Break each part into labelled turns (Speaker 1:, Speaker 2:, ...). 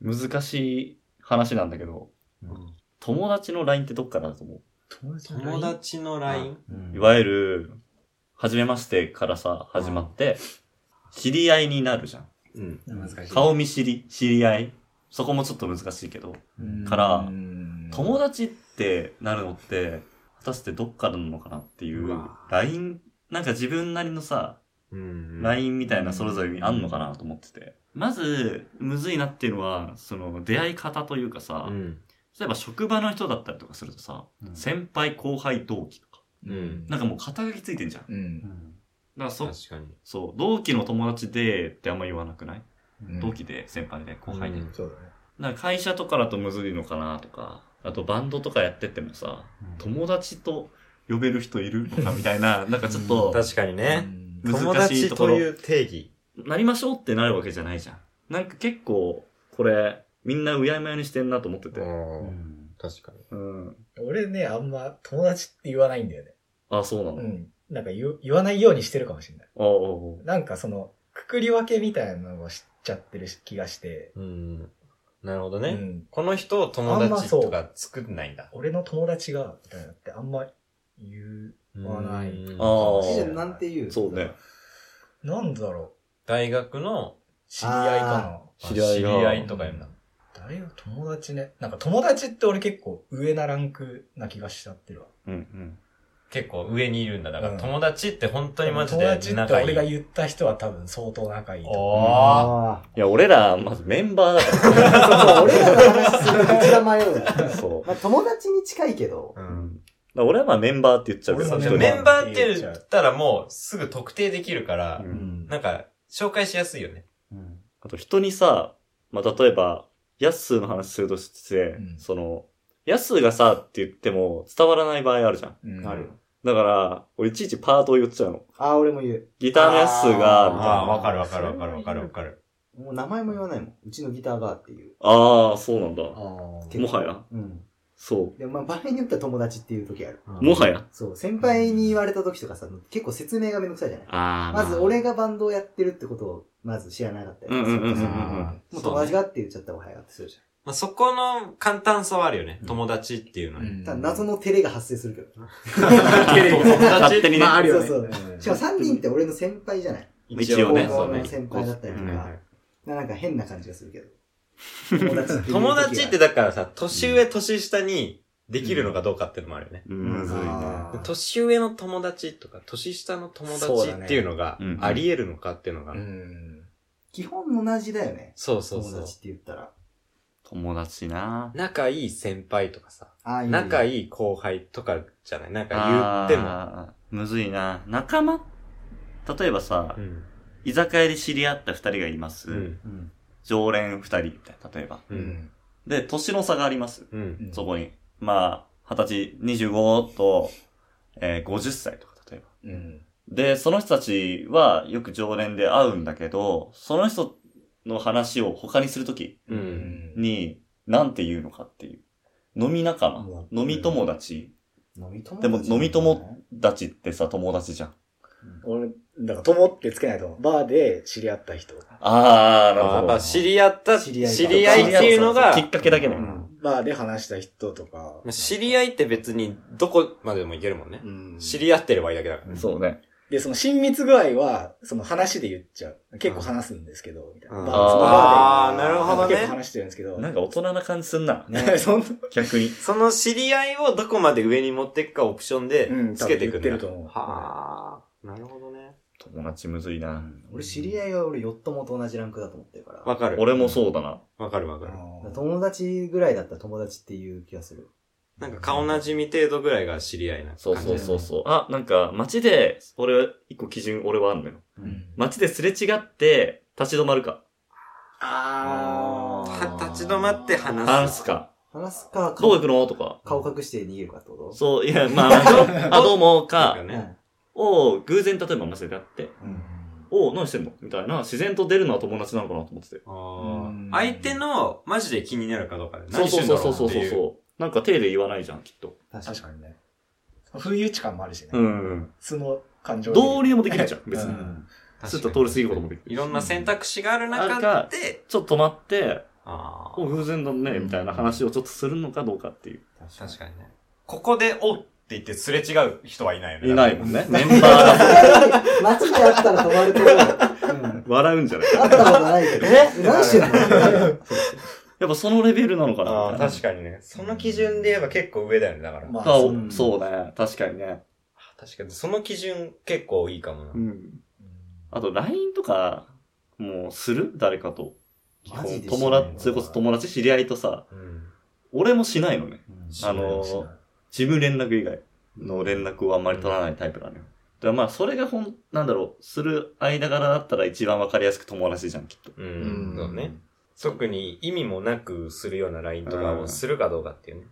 Speaker 1: 難しい話なんだけど、
Speaker 2: うん
Speaker 1: 友達の LINE ってどっからだと思
Speaker 2: 友達の LINE？
Speaker 3: 友達の LINE?
Speaker 2: うん
Speaker 1: ういわゆる、初めましてからさ、始まって、知り合いになるじゃん。
Speaker 3: うん。
Speaker 2: 難しい。
Speaker 1: 顔見知り、知り合い。そこもちょっと難しいけど、
Speaker 2: うん
Speaker 1: から
Speaker 2: うん
Speaker 1: 友達ってなるのって、果たしてどっからなのかなっていう
Speaker 3: う
Speaker 1: う
Speaker 3: わ、
Speaker 1: LINE、なんか自分なりのさ、
Speaker 3: うん。
Speaker 1: LINE みたいなそれぞれにあんのかなと思ってて。まず、むずいなっていうのは、その出会い方というかさ
Speaker 3: う、ん。
Speaker 1: 例えば職場の人だったりとかするとさ、
Speaker 2: うん
Speaker 1: 先輩後輩同期とか、
Speaker 3: うん
Speaker 1: なんかもう肩書きついてんじゃん。だか
Speaker 2: うん
Speaker 1: らそ、
Speaker 3: 確かに。
Speaker 1: そう、同期の友達でってあんま言わなくない、
Speaker 2: うん
Speaker 1: 同期で、先輩で、後輩で。
Speaker 3: うん
Speaker 2: そうだね。
Speaker 1: なんか会社とかだとむずいのかなとか、あとバンドとかやっててもさ、友達と呼べる人いるのかみたいな、なんかちょっと、
Speaker 3: 確かにね。
Speaker 2: うん
Speaker 3: 友
Speaker 1: 難しい
Speaker 3: 達
Speaker 1: とことろ
Speaker 3: いう定義。
Speaker 1: なりましょうってなるわけじゃないじゃん。なんか結構、これ、みんなうやむやにしてんなと思ってて。
Speaker 3: うん確かに。
Speaker 1: うん。
Speaker 2: 俺ね、あんま友達って言わないんだよね。
Speaker 1: あ、そうなの。
Speaker 2: う
Speaker 1: あ
Speaker 2: ん。なんか言う言わないようにしてるかもしれない。
Speaker 1: ああ
Speaker 2: なんかその、くくり分けみたいなのをしちゃってる気がして。
Speaker 3: うん。なるほど
Speaker 2: う
Speaker 3: ね。
Speaker 2: ん。
Speaker 3: この人を友
Speaker 2: あんま
Speaker 3: 達
Speaker 2: そう
Speaker 3: とか作んないんだ。
Speaker 2: 俺の友達が、みたいなのってあんま言
Speaker 3: うん
Speaker 2: わない。
Speaker 1: あ
Speaker 2: う。
Speaker 1: ー
Speaker 4: 以前なんて言
Speaker 1: あ
Speaker 4: う
Speaker 1: そうね。。
Speaker 2: なんだろ
Speaker 3: 大学の
Speaker 2: う。知り合いか
Speaker 3: あ
Speaker 1: 知り合いが
Speaker 3: 知り合いとか言うんだ。
Speaker 2: な。誰が友達ね。なんか友達って俺結構上なランクな気がしちゃってるわ。
Speaker 1: うんうん。
Speaker 3: 結構上にいるんだ。だか
Speaker 2: う
Speaker 3: ら
Speaker 2: ん
Speaker 3: 友達って本当にマジ
Speaker 2: 友
Speaker 3: で
Speaker 2: 達って
Speaker 3: 仲いい。
Speaker 2: 俺が言った人は多分相当仲いいと思う。
Speaker 3: おー。
Speaker 1: いや、俺ら、まずメンバーだか
Speaker 4: そうそう、俺らの話すると一番迷うな。
Speaker 1: ら。そう。
Speaker 4: まあ、友達に近いけど、
Speaker 3: う
Speaker 1: うんん。だから俺はまあメンバーって言っちゃうけど
Speaker 2: 俺も
Speaker 3: で
Speaker 1: 一
Speaker 3: も
Speaker 1: 人
Speaker 3: メンバーって言ったらもうすぐ特定できるから
Speaker 1: う、
Speaker 2: うんん。
Speaker 3: なんか紹介しやすいよね。
Speaker 1: あと人にさ、まあ、例えば、ヤッスーの話するとして、
Speaker 2: うん
Speaker 1: その、ヤッスーがさって言っても伝わらない場合あるじゃん。
Speaker 2: うん
Speaker 4: ある。
Speaker 1: だから、俺いちいちパートを言っちゃうの。
Speaker 4: ああ、俺も言う。
Speaker 1: ギターのヤッスーが、みたい
Speaker 3: あ
Speaker 1: な
Speaker 3: あ、。わかるわかるわかるわかるわかる。
Speaker 4: もう名前も言わないもん。うちのギターがっていう。
Speaker 1: ああ、そうなんだ。も
Speaker 4: 結構
Speaker 1: はや。
Speaker 4: うん。
Speaker 1: そ
Speaker 4: でもまあ、場合によっては友達っていう時ある。
Speaker 1: う。もはや。
Speaker 4: そう、先輩に言われた時とかさ、結構説明がめんどくさいじゃない
Speaker 1: あ
Speaker 4: まず、俺がバンドをやってるってことを、まず知らなかったり
Speaker 1: うんうんうんうんうん。
Speaker 4: そうそう
Speaker 1: ま
Speaker 4: もう友達がって言っちゃった方が早かったりするじ
Speaker 3: まあ、そこの簡単さはあるよね。
Speaker 4: うん
Speaker 3: 友達っていうのに。
Speaker 4: ゃん。ただ謎の照れが発生するけど。
Speaker 1: 勝手にね。
Speaker 2: まあ、あるよね。
Speaker 4: そうそうしかも3人って俺の先輩じゃない
Speaker 1: 一応ね
Speaker 4: 高校
Speaker 3: そう
Speaker 4: の
Speaker 3: ね
Speaker 4: 先輩だったりと
Speaker 1: うん
Speaker 4: か。なんか変な感じがするけど。友達っていう時が
Speaker 3: 友達ってだからさ、年上年下にできるのかどうかっていうのもあるよね。
Speaker 1: う
Speaker 4: うん
Speaker 1: ん、むずいね。
Speaker 4: あー
Speaker 3: 年上の友達とか、年下の友
Speaker 2: そう
Speaker 3: 達
Speaker 2: だね
Speaker 3: っていうのが
Speaker 1: うん
Speaker 3: あり得るのかっていうのが。
Speaker 2: うん。
Speaker 4: 基本同じだよね。
Speaker 3: そうそう
Speaker 4: 友
Speaker 3: そう
Speaker 4: 達。って言ったら。
Speaker 1: 友達な
Speaker 3: 仲いい先輩とかさ、
Speaker 4: ああいう。
Speaker 3: 仲い
Speaker 4: い。
Speaker 3: い後輩とかじゃないなんか言っても。
Speaker 1: あーむずいな仲間例えばさ、
Speaker 3: うん。
Speaker 1: 居酒屋で知り合った二人がいます。
Speaker 3: うん。
Speaker 4: うん。
Speaker 1: 常連二人みたいな、例えば。
Speaker 3: う。
Speaker 2: うんん。
Speaker 1: で、年の差があります。
Speaker 3: うん。
Speaker 2: うん
Speaker 1: そこに。まあ、二十歳、25と、えー、50歳とか、例えば。
Speaker 2: うん。
Speaker 1: で、その人たちはよく常連で会うんだけど、その人の話を他にするとき
Speaker 3: う。
Speaker 2: うんん。
Speaker 1: に、なんて言うのかっていう。飲み仲間
Speaker 4: う、ん
Speaker 1: 飲み友達、
Speaker 4: 飲み友
Speaker 1: で
Speaker 4: 達
Speaker 1: も飲み友達ってさ、友達じゃん。
Speaker 2: 俺、だから、友ってつけないと思う。バーで知り合った人。
Speaker 1: あー、なる
Speaker 3: や
Speaker 1: ほ
Speaker 3: っ
Speaker 1: ど。
Speaker 3: ぱ知り合った、知
Speaker 4: 知
Speaker 3: り
Speaker 4: り
Speaker 3: 合
Speaker 4: 合
Speaker 3: い
Speaker 4: い
Speaker 3: っていうのが
Speaker 1: き、っかけだけね。
Speaker 2: バーで話した人とか。
Speaker 3: 知り合いって別にどこまでもいけるもんね。
Speaker 2: うん。
Speaker 3: 知り合ってればいいだけだからね。
Speaker 1: そうね。
Speaker 2: で、その親密具合は、その話で言っちゃう。結構話すんですけど、みたいな。
Speaker 3: うん
Speaker 2: バー
Speaker 3: あー、なる
Speaker 2: その
Speaker 3: ほ
Speaker 2: 場
Speaker 3: ど
Speaker 2: で結構
Speaker 3: ね。
Speaker 2: 話してるんですけど。
Speaker 1: なんか大人な感じすんな。
Speaker 2: ね、 そんな、
Speaker 1: 逆に。
Speaker 3: その知り合いをどこまで上に持っていくかオプションで
Speaker 2: うん、
Speaker 3: つけていく
Speaker 2: 多分言
Speaker 3: ん
Speaker 2: って
Speaker 3: だ
Speaker 2: ると。思う。
Speaker 3: はあ、なるほどね。
Speaker 1: 友達むずいな。
Speaker 4: 俺知り合いは俺よっともと同じランクだと思ってるから。
Speaker 3: わかる。
Speaker 1: 俺もそうだな。
Speaker 3: わかるわかる。
Speaker 2: あー
Speaker 4: 友達ぐらいだったら友達っていう気がする。
Speaker 3: なんか顔なじみ程度ぐらいが知り合いな感じ。
Speaker 1: そうそうそうそう。あ、なんか街で、俺、一個基準俺はあんのよ。
Speaker 2: うん
Speaker 1: 街ですれ違って、立ち止まるか。
Speaker 2: あー
Speaker 3: は立ち止まって話す。
Speaker 1: 話すか。
Speaker 4: 話すか、
Speaker 1: どう行
Speaker 4: 顔
Speaker 1: くのとか。
Speaker 4: 顔隠して逃げるかってこと
Speaker 1: そう、い や、まあ、まああ、どうも
Speaker 3: なんか
Speaker 1: か、
Speaker 3: ね。
Speaker 1: を偶然例えばマスであって、
Speaker 4: うん。
Speaker 1: おう何してんのみたいな、自然と出るのは友達なのかなと思ってて。
Speaker 3: あ
Speaker 2: うん
Speaker 3: ー相手のマジで気になるかどうかで。
Speaker 1: そう
Speaker 3: 何し
Speaker 1: そう
Speaker 3: てん
Speaker 1: そ
Speaker 3: だ
Speaker 1: うそう
Speaker 3: ろ
Speaker 1: うそう
Speaker 3: なっていう。
Speaker 1: そう。なんか手で言わないじゃん、きっと。
Speaker 4: 確かに
Speaker 2: 確。かにね。不意打ち感もあるしね。
Speaker 1: うん。
Speaker 2: 素の感情
Speaker 1: 導入もできるじゃん、別
Speaker 2: う
Speaker 1: に。
Speaker 2: ん
Speaker 1: スッと通り過ぎることもできる。
Speaker 3: いろんな選択肢がある
Speaker 1: あ
Speaker 3: 中
Speaker 1: る
Speaker 3: で、
Speaker 1: ちょっと止まって、
Speaker 3: ああ。
Speaker 1: お、偶然だね、
Speaker 2: うん
Speaker 1: みたいな話をちょっとするのかどうかっていう。
Speaker 3: 確かにね。
Speaker 5: ここで、おって言ってすれ違う人はいないよね。
Speaker 1: いないもんね。メンバーだ。
Speaker 4: 街であったら止まるけど、うん
Speaker 1: 笑うんじゃない
Speaker 4: あったことないけど。え何してんの
Speaker 1: やっぱそのレベルなのかな
Speaker 3: あ
Speaker 1: み
Speaker 3: あ、
Speaker 1: たいな。
Speaker 3: 確かにね。その基準で言えば結構上だよね、だから。
Speaker 2: まあ
Speaker 1: だから
Speaker 2: そう
Speaker 1: おそうね。確かにね。
Speaker 3: 確かに、その基準結構いいかもな
Speaker 1: う。ん。あと、LINE とか、もう、する誰かと。
Speaker 4: マジでしない
Speaker 1: 友達、それこそ友達、知り合いとさ、
Speaker 3: うん。
Speaker 1: 俺もしないのね。
Speaker 2: うん
Speaker 1: あの
Speaker 2: しない
Speaker 1: ー、事務連絡以外の連絡をあんまり取らないタイプなのよ。だからまあ、それがほん、なんだろう、する間柄だったら一番わかりやすく友達じゃん、きっと。
Speaker 3: う。
Speaker 2: うん
Speaker 3: そうね。。特に意味もなくするような LINE とかをするかどうかっていうね。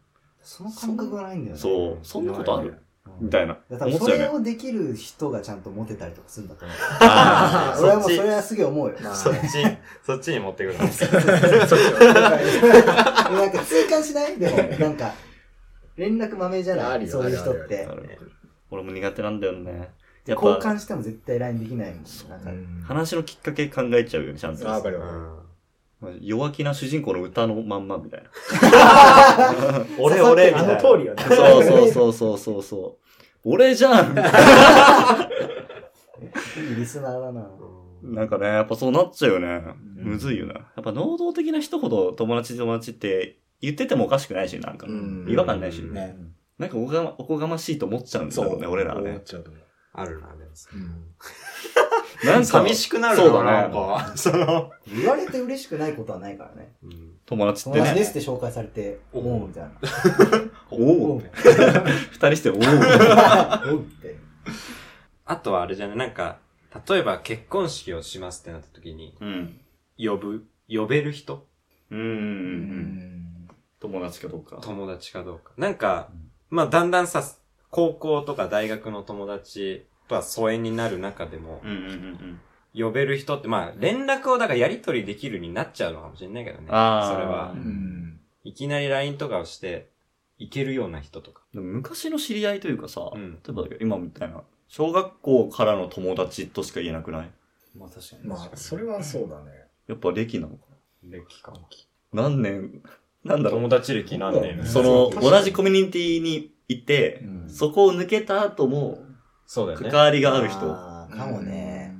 Speaker 4: その感覚がないんだよね。
Speaker 1: そうそんなことあるみた
Speaker 4: い
Speaker 1: いな。
Speaker 4: な。多分
Speaker 1: 思っ
Speaker 4: そ
Speaker 1: ちゃう
Speaker 4: れ
Speaker 1: よね。
Speaker 4: をできる人がちゃんとモテたりとかするんだと思う。
Speaker 1: あ
Speaker 4: 俺はもうそれはすげえ思うよ。
Speaker 2: まあ
Speaker 3: そっち、そっちに持ってくるの。
Speaker 4: なんか痛感しないでも、なんか、連絡豆じゃな
Speaker 2: ある
Speaker 4: い
Speaker 2: よ
Speaker 4: そういう人っ
Speaker 2: ある
Speaker 4: て
Speaker 1: な。るほど俺も苦手なんだよね。やっ
Speaker 4: 交
Speaker 1: ぱ、
Speaker 4: 換しても絶対 LINE できないもん。なんか
Speaker 1: 話のきっかけ考えちゃうよね、ちゃんと
Speaker 2: あ。わかる
Speaker 3: う
Speaker 2: わかる。
Speaker 3: ん
Speaker 1: 弱気な主人公の歌のまんまみたいな。
Speaker 3: 俺、俺、みたいな。
Speaker 2: りよね
Speaker 1: そうそうそうそうそうそう。俺じゃんみたい
Speaker 4: いいリスナーだな。
Speaker 1: ななんかね、やっぱそうなっちゃうよね。
Speaker 2: うん
Speaker 1: むずいよな。やっぱ能動的な人ほど友達友達って言っててもおかしくないし、なんか。
Speaker 2: うん
Speaker 1: 違和感ないし。
Speaker 3: う ん
Speaker 2: ね。
Speaker 1: なんかおこがまおこがましいと思っちゃうんだ
Speaker 2: そ
Speaker 1: よ
Speaker 2: う
Speaker 1: ね、俺らは
Speaker 2: 思
Speaker 1: ね
Speaker 2: っ。ちゃうと思う
Speaker 3: あるな、でもそれ
Speaker 1: なんか
Speaker 3: 寂しくなるな
Speaker 1: そうだね
Speaker 3: なんか。その、
Speaker 4: 言われて嬉しくないことはないからね。
Speaker 1: 友達って
Speaker 4: 友達で
Speaker 1: ね。
Speaker 4: すって紹介されて、思うみたいな。
Speaker 1: お
Speaker 4: お
Speaker 1: お
Speaker 4: う
Speaker 1: 二人しておお
Speaker 4: おうって。
Speaker 3: あとはあれじゃない、なんか、例えば結婚式をしますってなった時に、
Speaker 1: うん。
Speaker 3: 呼ぶ、呼べる人
Speaker 1: うんうんうん。友達かどうか。
Speaker 3: 友達かどうか。なんか、まあだんだんさ、高校とか大学の友達とは疎遠になる中でも
Speaker 1: う、んうんうんうん。
Speaker 3: 呼べる人って、まあ連絡をだからやりとりできるようになっちゃうのかもしれないけどね。それ
Speaker 1: あー
Speaker 3: は
Speaker 2: う。ん。
Speaker 3: いきなり LINE とかをして、いけるような人とか。
Speaker 1: でも昔の知り合いというかさ、
Speaker 3: うん
Speaker 1: 例えば今みたいな、小学校からの友達としか言えなくない
Speaker 4: まあ確かに。
Speaker 2: まあ、それはそうだね。
Speaker 1: やっぱ歴なのか
Speaker 3: 歴か。
Speaker 1: な何年、なんだろう。
Speaker 5: 友達歴何年
Speaker 1: その、同じコミュニティにいて、
Speaker 2: うん
Speaker 1: そこを抜けた後も、
Speaker 3: そうだよね
Speaker 1: 関。わりがある人。
Speaker 4: あーかもね。。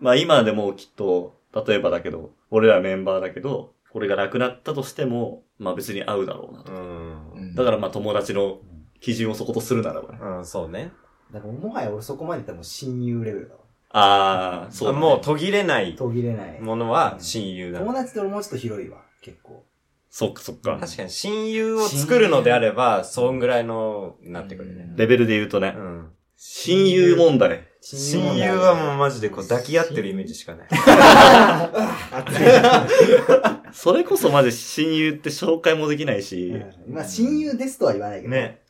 Speaker 1: まあ今でもきっと、例えばだけど、俺らメンバーだけど、これがなくなったとしても、まあ別に会うだろうなと。
Speaker 3: うん。
Speaker 1: だからまあ友達の基準をそことするならばね。
Speaker 3: うん、そうね。
Speaker 4: だからもはや俺そこまで行ったらもう親友レベルだわ。
Speaker 1: ああ、そうだね、
Speaker 3: もう途切れない
Speaker 4: 途切れない。
Speaker 3: ものは親友だ。
Speaker 4: 友達って俺もうちょっと広いわ、結構。
Speaker 1: そっかそっか。
Speaker 3: 確かに親友を作るのであれば、そんぐらいの、なってくるね。
Speaker 1: レベルで言うとね、
Speaker 3: うん。
Speaker 1: 親友問題。
Speaker 3: 親友はもう
Speaker 4: う。
Speaker 3: マジでこう抱き合ってるイメージしかない。
Speaker 1: それこそまジ親友って紹介もできないし、
Speaker 4: うんまあ親友ですとは言わないけど。。
Speaker 3: ね。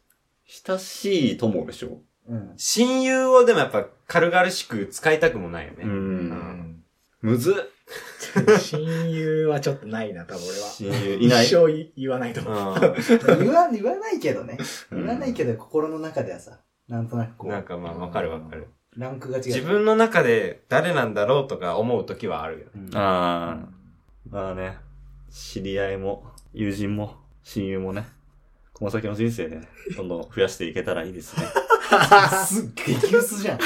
Speaker 1: 親しい友でしょ。
Speaker 4: うん。
Speaker 3: 親友をでもやっぱ軽々しく使いたくもないよね。
Speaker 1: ん。
Speaker 2: ん
Speaker 1: むずっ
Speaker 2: 親友はちょっとないな、多分俺は。
Speaker 1: 親友いない。
Speaker 2: 一生い言わないと思う。
Speaker 3: う
Speaker 4: 言わ 言わないけどね。
Speaker 1: うん
Speaker 4: 言わないけど心の中ではさ、なんとなくこ
Speaker 3: ん。なん
Speaker 4: う、
Speaker 3: かまあわかるわかる。
Speaker 4: ランクが違う。
Speaker 3: 自分の中で誰なんだろうとか思う時はあるよね。
Speaker 4: うん
Speaker 1: ああ。まあね、知り合いも、友人も、親友もね、この先 の人生ね、どんどん増やしていけたらいいですね。
Speaker 4: すっげえ激薄じゃん。